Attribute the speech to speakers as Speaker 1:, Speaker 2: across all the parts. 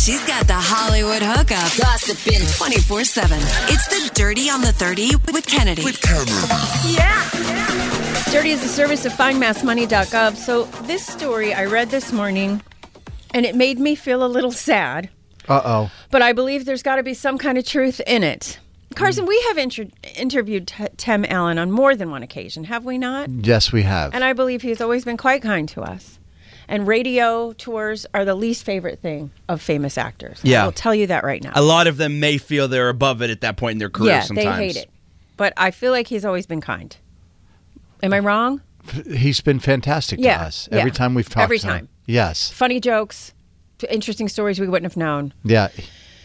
Speaker 1: She's got the Hollywood hookup.
Speaker 2: Gossiping.
Speaker 1: 24 7. It's the Dirty on the 30 with Kennedy.
Speaker 3: Dirty is a service of findmassmoney.gov. So this story I read this morning, and it made me feel a little sad.
Speaker 4: Uh oh.
Speaker 3: But I believe there's got to be some kind of truth in it.
Speaker 5: Mm.
Speaker 3: Carson, we have inter- interviewed T- Tim Allen on more than one occasion, have we not?
Speaker 5: Mm.
Speaker 4: Yes, we have.
Speaker 3: And I believe he's always been quite kind to us. And radio tours are the least favorite thing of famous actors.
Speaker 5: Yeah.
Speaker 3: I will tell you that right now.
Speaker 5: A lot of them may feel they're above it at that point in their career
Speaker 3: yeah,
Speaker 5: sometimes.
Speaker 3: they hate it. But I feel like he's always been kind. Am I wrong?
Speaker 4: He's been fantastic
Speaker 3: Yeah,
Speaker 4: to us every
Speaker 3: yeah.
Speaker 4: time we've talked
Speaker 3: Every
Speaker 4: to him.
Speaker 3: time.
Speaker 4: Yes.
Speaker 3: Funny jokes, t- interesting stories we wouldn't have known.
Speaker 4: Yeah.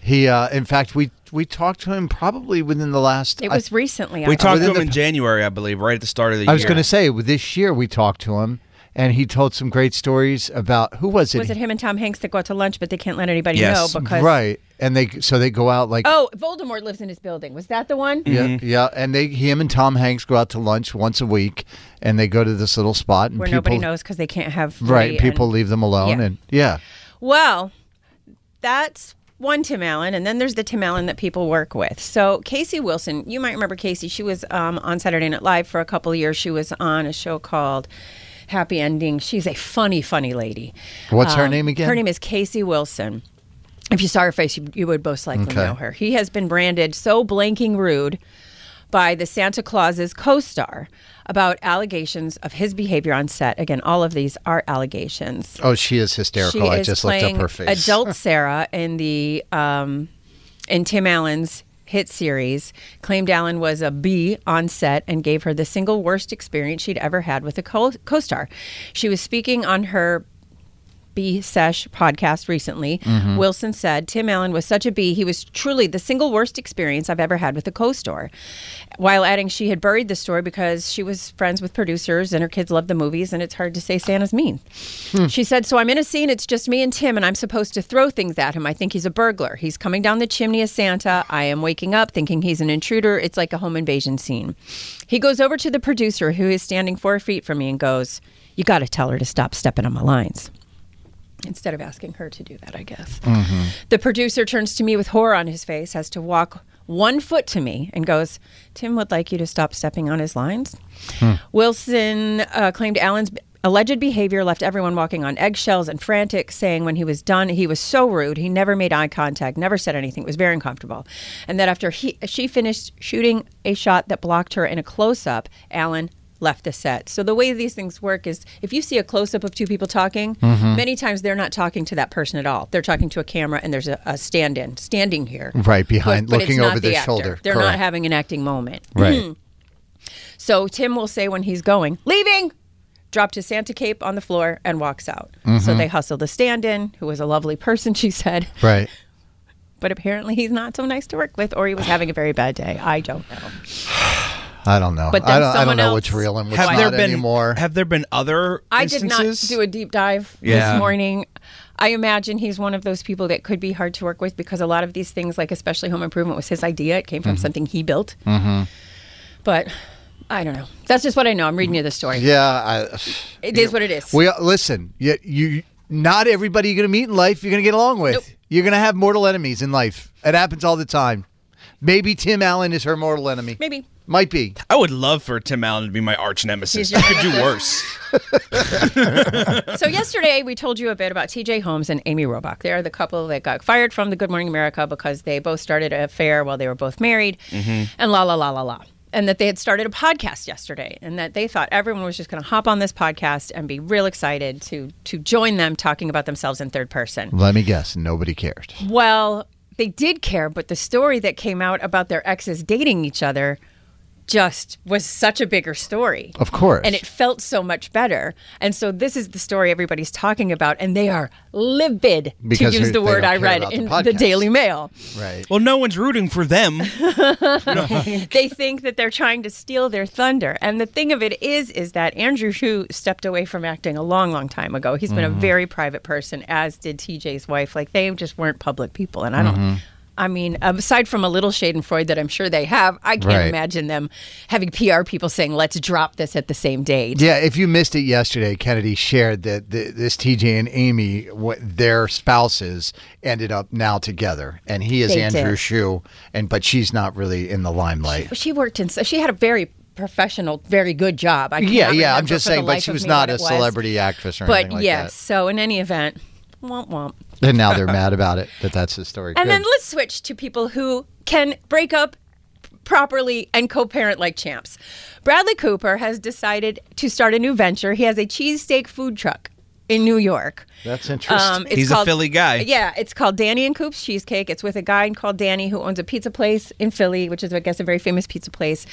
Speaker 4: He. Uh, in fact, we we talked to him probably within the last.
Speaker 3: It
Speaker 4: I-
Speaker 3: was recently.
Speaker 5: We
Speaker 3: I-
Speaker 5: talked
Speaker 4: Within
Speaker 5: to him
Speaker 4: the-
Speaker 5: in January, I believe, right at the start of the year.
Speaker 4: I was going to say with this year we talked to him and he told some great stories about who was it?
Speaker 3: Was it him and Tom Hanks that go out to lunch, but they can't let anybody
Speaker 5: Yes.
Speaker 3: know because
Speaker 4: Right. And they so they go out like
Speaker 3: Oh, Voldemort lives in his building. Was that the one?
Speaker 4: Yeah, yeah, and they him and Tom Hanks go out to lunch once a week, and they go to this little spot and
Speaker 3: Where
Speaker 4: people,
Speaker 3: nobody knows because they can't have
Speaker 4: right?
Speaker 3: free
Speaker 4: people
Speaker 3: and-
Speaker 4: leave them alone,
Speaker 3: Yeah.
Speaker 4: and yeah,
Speaker 3: Well, that's one Tim Allen, and then there's the Tim Allen that people work with. So Casey Wilson, you might remember Casey. She was um, on Saturday Night Live for a couple of years. She was on a show called Happy Ending. She's a funny, funny lady. Um,
Speaker 4: What's her name again?
Speaker 3: Her name is Casey Wilson. If you saw her face, you, you would most likely
Speaker 4: Okay.
Speaker 3: know her. He has been branded so blanking rude by the Santa Claus's co star about allegations of his behavior on set. Again, all of these are allegations.
Speaker 4: oh, she is hysterical.
Speaker 3: She
Speaker 4: I
Speaker 3: is
Speaker 4: just looked
Speaker 3: playing
Speaker 4: up her face.
Speaker 3: adult Sarah in the um, in Tim Allen's hit series. Claimed Allen was a B on set and gave her the single worst experience she'd ever had with a co- co-star. She was speaking on her B Sesh podcast recently.
Speaker 4: Mm-hmm.
Speaker 3: Wilson said Tim Allen was such a B. He was truly the single worst experience I've ever had with a co-star. While adding, she had buried the story because she was friends with producers and her kids loved the movies, and it's hard to say Santa's mean. She said, "So I'm in a scene. It's just me and Tim, and I'm supposed to throw things at him. I think he's a burglar. He's coming down the chimney as Santa. I am waking up thinking he's an intruder. It's like a home invasion scene." He goes over to the producer who is standing four feet from me and goes, "You got to tell her to stop stepping on my lines." instead of asking her to do that, I guess. The producer turns to me with horror on his face, has to walk one foot to me, and goes, Tim would like you to stop stepping on his lines. Wilson uh, claimed Allen's b- alleged behavior left everyone walking on eggshells and frantic, saying when he was done, he was so rude. He never made eye contact, never said anything. It was very uncomfortable. And that after he, she finished shooting a shot that blocked her in a close up, Allen left the set. So the way these things work is if you see a close up of two people talking,
Speaker 4: Mm-hmm.
Speaker 3: many times they're not talking to that person at all. They're talking to a camera and there's a, a stand in standing here.
Speaker 4: Right behind,
Speaker 3: But- but it's
Speaker 4: looking
Speaker 3: not
Speaker 4: over
Speaker 3: the
Speaker 4: their
Speaker 3: actor.
Speaker 4: shoulder.
Speaker 3: They're not
Speaker 4: Correct.
Speaker 3: having an acting moment.
Speaker 4: right.
Speaker 3: So Tim will say when he's going, leaving, dropped his Santa cape on the floor and walks out. So
Speaker 4: Mm-hmm.
Speaker 3: they hustle the stand in, who was a lovely person, she said,
Speaker 4: Right.
Speaker 3: but apparently he's not so nice to work with or he was having a very bad day. I don't know.
Speaker 4: I don't know.
Speaker 3: But then
Speaker 4: I don't, I
Speaker 3: someone
Speaker 4: don't know
Speaker 3: else-
Speaker 4: what's real and what's
Speaker 5: Have
Speaker 4: not
Speaker 5: there been
Speaker 4: anymore.
Speaker 5: Have there been other
Speaker 3: I did not
Speaker 5: instances?
Speaker 3: do a deep dive
Speaker 5: Yeah.
Speaker 3: this morning. I imagine he's one of those people that could be hard to work with because a lot of these things, like especially home improvement, was his idea. It came
Speaker 5: Mm-hmm.
Speaker 3: from something he built. But I don't know. That's just what I know. I'm reading you the story.
Speaker 4: yeah, I,
Speaker 3: It is what it is.
Speaker 4: we listen. You, you, not everybody you're going to meet in life, you're going to get along with.
Speaker 3: Nope.
Speaker 4: You're going to have mortal enemies in life. It happens all the time. Maybe Tim Allen is her mortal enemy.
Speaker 3: Maybe.
Speaker 4: Might be.
Speaker 5: I would love for Tim Allen to be my arch
Speaker 3: He's
Speaker 5: nemesis.
Speaker 3: your
Speaker 5: I could do worse.
Speaker 3: so yesterday we told you a bit about TJ Holmes and Amy Robach. They are the couple that got fired from the Good Morning America because they both started an affair while they were both married and la la la la la. And that they had started a podcast yesterday and that they thought everyone was just gonna hop on this podcast and be real excited to to join them talking about themselves in third person.
Speaker 4: Let me guess. Nobody cared.
Speaker 3: Well, they did care, but the story that came out about their exes dating each other just was such a bigger story.
Speaker 4: Of course.
Speaker 3: And it felt so much better. And so this is the story everybody's talking about, and they are livid
Speaker 4: Because
Speaker 3: to
Speaker 4: they-
Speaker 3: use the
Speaker 4: they
Speaker 3: word
Speaker 4: don't
Speaker 3: I
Speaker 4: care
Speaker 3: read
Speaker 4: about the
Speaker 3: in the
Speaker 4: podcast.
Speaker 3: Daily Mail.
Speaker 4: Right.
Speaker 5: Well, no one's rooting for them.
Speaker 3: they think that they're trying to steal their thunder. And the thing of it is, is that Andrew Hsu stepped away from acting a long, long time ago. He's been
Speaker 4: Mm-hmm.
Speaker 3: a very private person, as did TJ's wife. Like they just weren't public people, and I don't.
Speaker 4: Mm-hmm.
Speaker 3: I mean, aside from a little Schadenfreude that I'm sure they have, I can't
Speaker 4: Right.
Speaker 3: imagine them having PR people saying, "Let's drop this at the same date."
Speaker 4: Yeah, if you missed it yesterday, Kennedy shared that th- this TJ and Amy, what their spouses ended up now together, and he is
Speaker 3: They
Speaker 4: Andrew
Speaker 3: did.
Speaker 4: Shue, and but she's not really in the limelight.
Speaker 3: She worked in. She had a very professional, very good job. I
Speaker 4: yeah,
Speaker 3: cannot
Speaker 4: yeah, I'm
Speaker 3: remember
Speaker 4: just
Speaker 3: for the
Speaker 4: saying, but
Speaker 3: life
Speaker 4: she
Speaker 3: of
Speaker 4: was
Speaker 3: me
Speaker 4: not
Speaker 3: what
Speaker 4: a
Speaker 3: it was.
Speaker 4: celebrity actress or
Speaker 3: But
Speaker 4: anything like
Speaker 3: yes, so in any event, womp womp.
Speaker 4: that. And now they're mad about it that that's his story.
Speaker 3: And
Speaker 4: Good.
Speaker 3: then let's switch to people who can break up properly and co-parent like champs. Bradley Cooper has decided to start a new venture. He has a cheesesteak food truck in New York.
Speaker 4: that's interesting.
Speaker 3: Um, it's
Speaker 5: He's a Philly guy.
Speaker 3: Yeah, it's called Danny and Coop's Cheesecake. It's with a guy called Danny who owns a pizza place in Philly, which is, I guess, a very famous pizza place.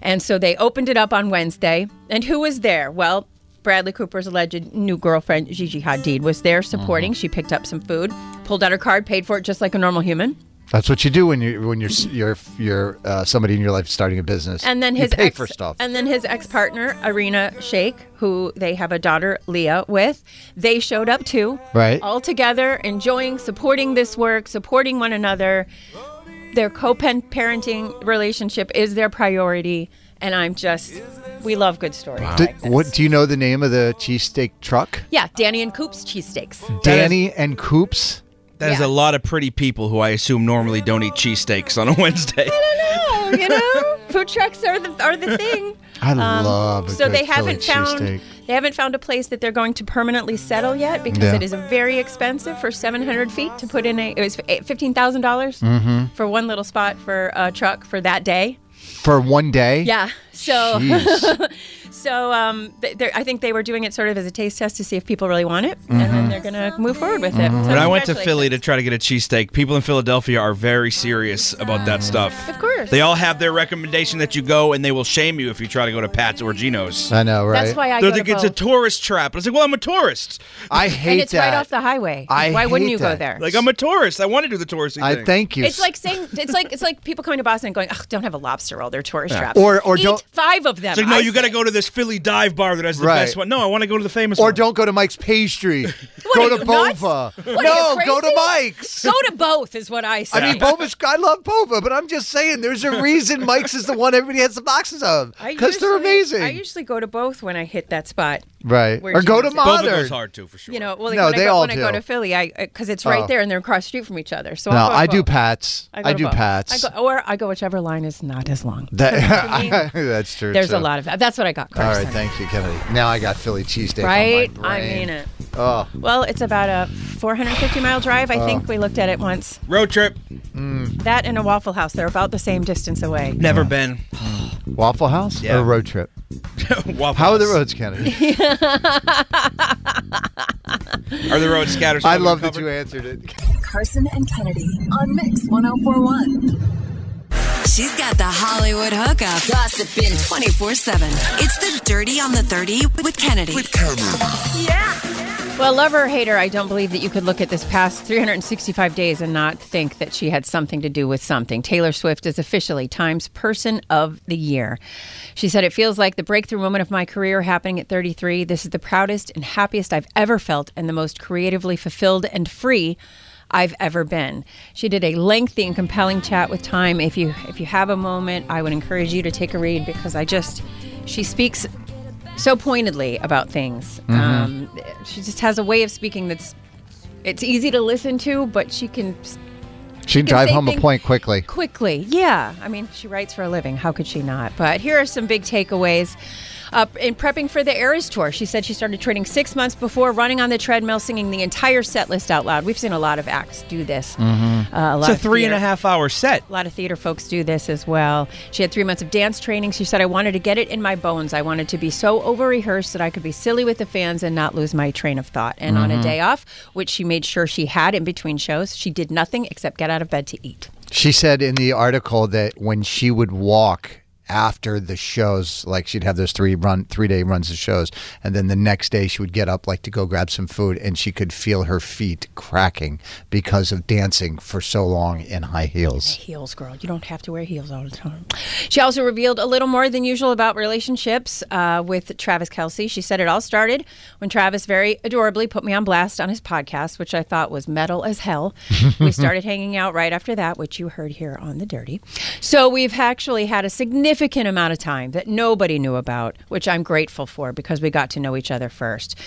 Speaker 3: And so they opened it up on Wednesday. And who was there? Well, Bradley Cooper's alleged new girlfriend, Gigi Hadid, was there supporting.
Speaker 5: Mm-hmm.
Speaker 3: She picked up some food, pulled out her card, paid for it just like a normal human.
Speaker 4: that's what you do when you when you're s- you're you're uh, somebody in your life starting a business.
Speaker 3: And then
Speaker 4: You
Speaker 3: his
Speaker 4: pay
Speaker 3: ex,
Speaker 4: for stuff.
Speaker 3: And then his ex partner, Arena Shake, who they have a daughter, Leah, with. They showed up too.
Speaker 4: Right.
Speaker 3: All together, enjoying, supporting this work, supporting one another. Their co parenting relationship is their priority. And I'm just, we love good stories.
Speaker 4: Do-
Speaker 3: like this.
Speaker 4: what do you know the name of the cheesesteak truck?
Speaker 3: Yeah, Danny and Coop's cheesesteaks.
Speaker 4: Danny and Coops.
Speaker 5: There's
Speaker 3: Yeah.
Speaker 5: a lot of pretty people who I assume normally don't eat cheesesteaks on a Wednesday.
Speaker 3: Oh, you know, food trucks are the, are the thing.
Speaker 4: I love. A
Speaker 3: Um, so
Speaker 4: good
Speaker 3: they
Speaker 4: Philly
Speaker 3: haven't found
Speaker 4: cheesesteak.
Speaker 3: they haven't found a place that they're going to permanently settle yet because
Speaker 4: Yeah.
Speaker 3: it is very expensive for 700 feet to put in a it was eh, fifteen thousand dollars
Speaker 4: Mm-hmm.
Speaker 3: for one little spot for a truck for that day.
Speaker 4: for one day.
Speaker 3: Yeah, Oh. so
Speaker 4: Jeez.
Speaker 3: so um, th- they're- I think they were doing it sort of as a taste test to see if people really want it, and
Speaker 4: Mm-hmm.
Speaker 3: then they're gonna move forward with it. So
Speaker 5: When I went to
Speaker 3: congratulations.
Speaker 5: Philly to try to get a cheesesteak, people in Philadelphia are very serious about that stuff.
Speaker 3: Of course.
Speaker 5: They all have their recommendation that you go and they will shame you if you try to go to Pat's or Gino's.
Speaker 4: I know, right?
Speaker 3: that's why I
Speaker 5: They're
Speaker 3: go to
Speaker 5: like, it's a
Speaker 3: both.
Speaker 5: tourist trap. I was like, well, I'm a tourist.
Speaker 4: I hate
Speaker 3: and it's
Speaker 4: that.
Speaker 3: right off the highway.
Speaker 4: I
Speaker 3: Why wouldn't
Speaker 4: hate
Speaker 3: you go
Speaker 4: that.
Speaker 3: there?
Speaker 5: Like, I'm a tourist. I want to do the touristy
Speaker 4: I
Speaker 5: thing.
Speaker 4: thank you.
Speaker 3: It's like saying it's like it's like people coming to Boston and going, "Ugh, don't have a lobster roll. They're tourist traps."
Speaker 4: Or- or
Speaker 3: Eat
Speaker 4: don't-
Speaker 3: five of them.
Speaker 5: It's like, no,
Speaker 3: I
Speaker 5: you got to
Speaker 3: say.
Speaker 5: go to this Philly dive bar that has the
Speaker 4: Right.
Speaker 5: best one. No, I want to go to the famous
Speaker 4: or
Speaker 5: one.
Speaker 4: don't go to Mike's Pastry. go
Speaker 3: are
Speaker 4: to
Speaker 3: you, nuts?
Speaker 4: Bova.
Speaker 3: What are
Speaker 4: no,
Speaker 3: you, crazy?
Speaker 4: go to Mike's.
Speaker 3: Go to both is what I say.
Speaker 4: I mean, Bova's. I love Bova, but I'm just saying, there's a reason Mike's is the one everybody has the boxes of
Speaker 3: I
Speaker 4: because they're
Speaker 3: usually-
Speaker 4: amazing,
Speaker 3: I usually go to both when I hit that spot.
Speaker 4: right?
Speaker 3: Where
Speaker 4: Or go
Speaker 3: Gino's
Speaker 4: to
Speaker 3: at.
Speaker 5: Both
Speaker 4: Modern.
Speaker 5: of those hard too, for sure.
Speaker 3: You know, well, like
Speaker 4: No,
Speaker 3: when
Speaker 4: they
Speaker 3: I go,
Speaker 4: all
Speaker 3: when I
Speaker 4: do.
Speaker 3: go to Philly, I because it's right
Speaker 4: Oh.
Speaker 3: there and they're across the street from each other. So
Speaker 4: No,
Speaker 3: I'll go to
Speaker 4: I do
Speaker 3: both.
Speaker 4: Pats.
Speaker 3: I, go to
Speaker 4: do
Speaker 3: both.
Speaker 4: Pats.
Speaker 3: I go, oh, or I go whichever line is not as long.
Speaker 4: That- that's true.
Speaker 3: There's
Speaker 4: too.
Speaker 3: a lot of that. That's what I got.
Speaker 4: All
Speaker 3: Carson.
Speaker 4: right, thank you, Kennedy. Now I got Philly cheesesteak. on my
Speaker 3: Right? I
Speaker 4: brain.
Speaker 3: mean it.
Speaker 4: Oh,
Speaker 3: Well, it's about a 450 mile drive. I think we looked at it once.
Speaker 5: Road trip.
Speaker 3: That and a Waffle House, they're about the same distance away.
Speaker 5: Never been.
Speaker 4: Waffle House
Speaker 5: Yeah.
Speaker 4: or road trip?
Speaker 5: Waffle
Speaker 4: How are the
Speaker 5: House.
Speaker 4: roads, Kennedy?
Speaker 5: Are the roads scattered?
Speaker 4: I love that
Speaker 5: covered?
Speaker 4: you answered it.
Speaker 6: Carson and Kennedy on Mix 1041.
Speaker 1: She's got the Hollywood hookup. Gossiping 24 7. It's the Dirty on the 30 with Kennedy.
Speaker 3: Well, lover or hater, I don't believe that you could look at this past 365 days and not think that she had something to do with something. Taylor Swift is officially Times Person of the Year. She said, It feels like the breakthrough moment of my career happening at 33. This is the proudest and happiest I've ever felt and the most creatively fulfilled and free. I've ever been. She did a lengthy and compelling chat with Time. If you if you have a moment, I would encourage you to take a read because I just she speaks so pointedly about things.
Speaker 4: Mm-hmm.
Speaker 3: Um, she just has a way of speaking that's it's easy to listen to, but she can s-
Speaker 4: She can
Speaker 3: can
Speaker 4: drive
Speaker 3: say
Speaker 4: home a
Speaker 3: things-
Speaker 4: point quickly.
Speaker 3: quickly. Yeah, I mean, she writes for a living. How could she not? But here are some big takeaways. Uh, in prepping for the Eras tour, she said she started training six months before, running on the treadmill, singing the entire set list out loud. We've seen a lot of acts do this.
Speaker 4: Mm-hmm.
Speaker 3: Uh, a lot
Speaker 5: It's a
Speaker 3: of
Speaker 5: three and
Speaker 3: theater-
Speaker 5: a half hour set.
Speaker 3: a lot of theater folks do this as well. She had three months of dance training. She said, I wanted to get it in my bones. I wanted to be so over rehearsed that I could be silly with the fans and not lose my train of thought. And on a day off, which she made sure she had in between shows, she did nothing except get out of bed to eat.
Speaker 4: She said in the article that when she would walk after the shows. Like she'd have those three run three day runs of shows, and then the next day she would get up like to go grab some food, and she could feel her feet cracking because of dancing for so long in high heels.
Speaker 3: heels, girl. You don't have to wear heels all the time. She also revealed a little more than usual about relationships uh, with Travis Kelsey. She said it all started when Travis very adorably put me on blast on his podcast, which I thought was metal as hell. we started hanging out right after that, which you heard here on The Dirty. So we've actually had a significant amount of time that nobody knew about, which I'm grateful for because we got to know each other first.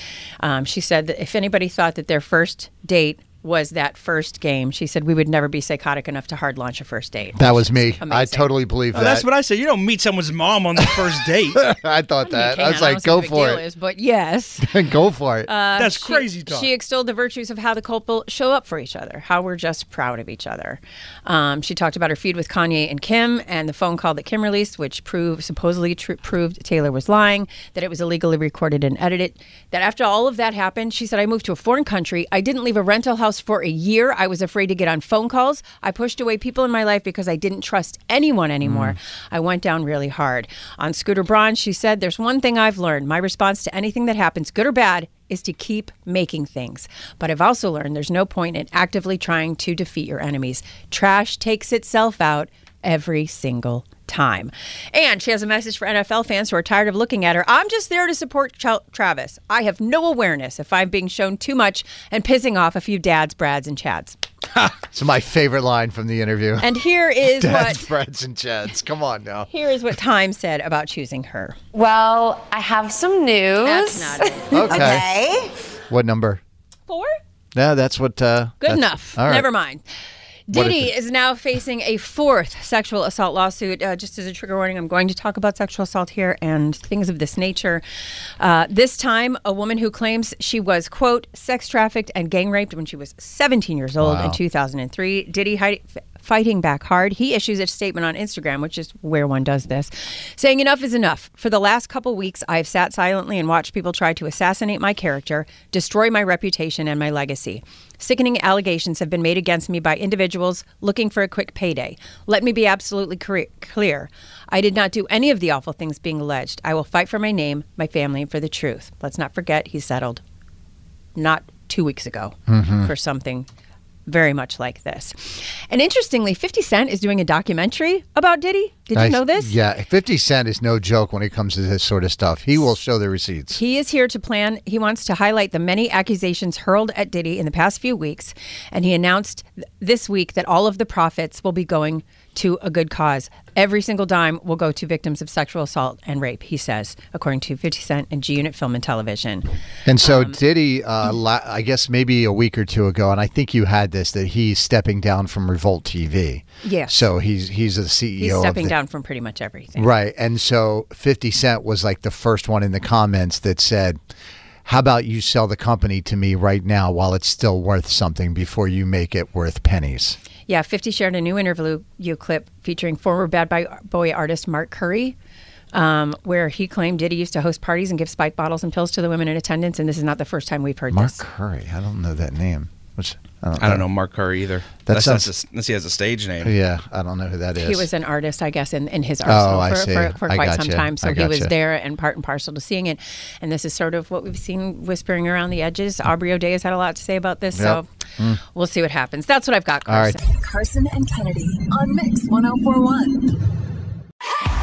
Speaker 3: Um, she said that if anybody thought that their first date was that first game. She said we would never be psychotic enough to hard launch a first date.
Speaker 4: That was me. I
Speaker 3: Amazing.
Speaker 4: totally believe that.
Speaker 5: Oh, That's what I say. You don't meet someone's mom on the first date.
Speaker 3: Uh,
Speaker 4: I thought that. I was like,
Speaker 3: know
Speaker 4: go
Speaker 3: what the big
Speaker 4: for
Speaker 3: deal Uh,
Speaker 4: it.
Speaker 3: is, but yes.
Speaker 4: go for it.
Speaker 5: That's crazy talk.
Speaker 3: She extolled the virtues of how the couple show up for each other, how we're just proud of each other. Um, she talked about her feud with Kanye and Kim and the phone call that Kim released, which proved supposedly tr- proved Taylor was lying, that it was illegally recorded and edited. That after all of that happened, she said, I moved to a foreign country. I didn't leave a rental house for a year. I was afraid to get on phone calls. I pushed away people in my life because I didn't trust anyone anymore.
Speaker 5: Mm.
Speaker 3: I went down really hard. On Scooter Braun, she said, There's one thing I've learned. My response to anything that happens, good or bad, is to keep making things. But I've also learned there's no point in actively trying to defeat your enemies. Trash takes itself out every single time. And she has a message for NFL fans who are tired of looking at her. I'm just there to support Tra- Travis. I have no awareness if I'm being shown too much and pissing off a few dads, brads, and chads.
Speaker 4: it's my favorite line from the interview.
Speaker 3: And here is
Speaker 4: Dad's
Speaker 3: what
Speaker 4: friends and chads. Come on now.
Speaker 3: here is what Time said about choosing her.
Speaker 7: Well, I have some news.
Speaker 3: That's not it.
Speaker 4: Okay. What number?
Speaker 3: Four?
Speaker 4: No, that's what. Uh,
Speaker 3: Good
Speaker 4: that's-
Speaker 3: enough.
Speaker 4: All right.
Speaker 3: Never mind.
Speaker 4: if
Speaker 3: Diddy
Speaker 4: it-
Speaker 3: is now facing a fourth sexual assault lawsuit. Uh, just as a trigger warning, I'm going to talk about sexual assault here and things of this nature. Uh, this time, a woman who claims she was, quote, sex trafficked and gang raped when she was 17 years old in 2003. Diddy hi- f- fighting back hard. He issues a statement on Instagram, which is where one does this, saying, Enough is enough. For the last couple weeks, I have sat silently and watched people try to assassinate my character, destroy my reputation, and my legacy. Sickening allegations have been made against me by individuals looking for a quick payday. Let me be absolutely cre- clear. I did not do any of the awful things being alleged. I will fight for my name, my family, and for the truth. Let's not forget he settled not two weeks ago
Speaker 4: Mm-hmm.
Speaker 3: for something very much like this. And interestingly, 50 Cent is doing a documentary about Diddy. Did you
Speaker 4: Nice.
Speaker 3: know this?
Speaker 4: Yeah, Fifty Cent is no joke when it comes to this sort of stuff. He will show the receipts.
Speaker 3: He is here to plan. He wants to highlight the many accusations hurled at Diddy in the past few weeks. And he announced th- this week that all of the profits will be going to a good cause. Every single dime will go to victims of sexual assault and rape, he says, according to 50 Cent and G Unit Film and Television.
Speaker 4: And so
Speaker 3: um,
Speaker 4: Diddy, uh, la- I guess maybe a week or two ago, and I think you had this that he's stepping down from Revolt TV.
Speaker 3: Yes.
Speaker 4: So he's he's the CEO.
Speaker 3: He's
Speaker 4: of
Speaker 3: stepping
Speaker 4: the-
Speaker 3: down from pretty much everything.
Speaker 4: Right. And so 50 Cent was like the first one in the comments that said, How about you sell the company to me right now while it's still worth something before you make it worth pennies?
Speaker 3: Yeah, 50 shared a new interview you clip featuring former Bad Bi- Boy artist Mark Curry, um, where he claimed Diddy used to host parties and give spike bottles and pills to the women in attendance. And this is not the first time we've heard
Speaker 4: Mark
Speaker 3: this.
Speaker 4: Curry. I don't know that name. Which,
Speaker 5: I don't know Mark Kerr either. That's
Speaker 4: sounds-
Speaker 5: that's a, unless he has a stage name.
Speaker 4: Yeah. I don't know who that is.
Speaker 3: He was an artist, I guess, in, in his arsenal
Speaker 4: Oh, I
Speaker 3: for,
Speaker 4: see.
Speaker 3: for, for
Speaker 4: I
Speaker 3: quite some
Speaker 4: gotcha.
Speaker 3: time. So
Speaker 4: I
Speaker 3: he was
Speaker 4: gotcha.
Speaker 3: there and part and parcel to seeing it. And this is sort of what we've seen whispering around the edges. Aubrey O'Day has had a lot to say about this. So we'll see what happens. That's what I've got,
Speaker 4: Mm. All right.
Speaker 3: Carson.
Speaker 6: Carson and Kennedy on Mix 1041.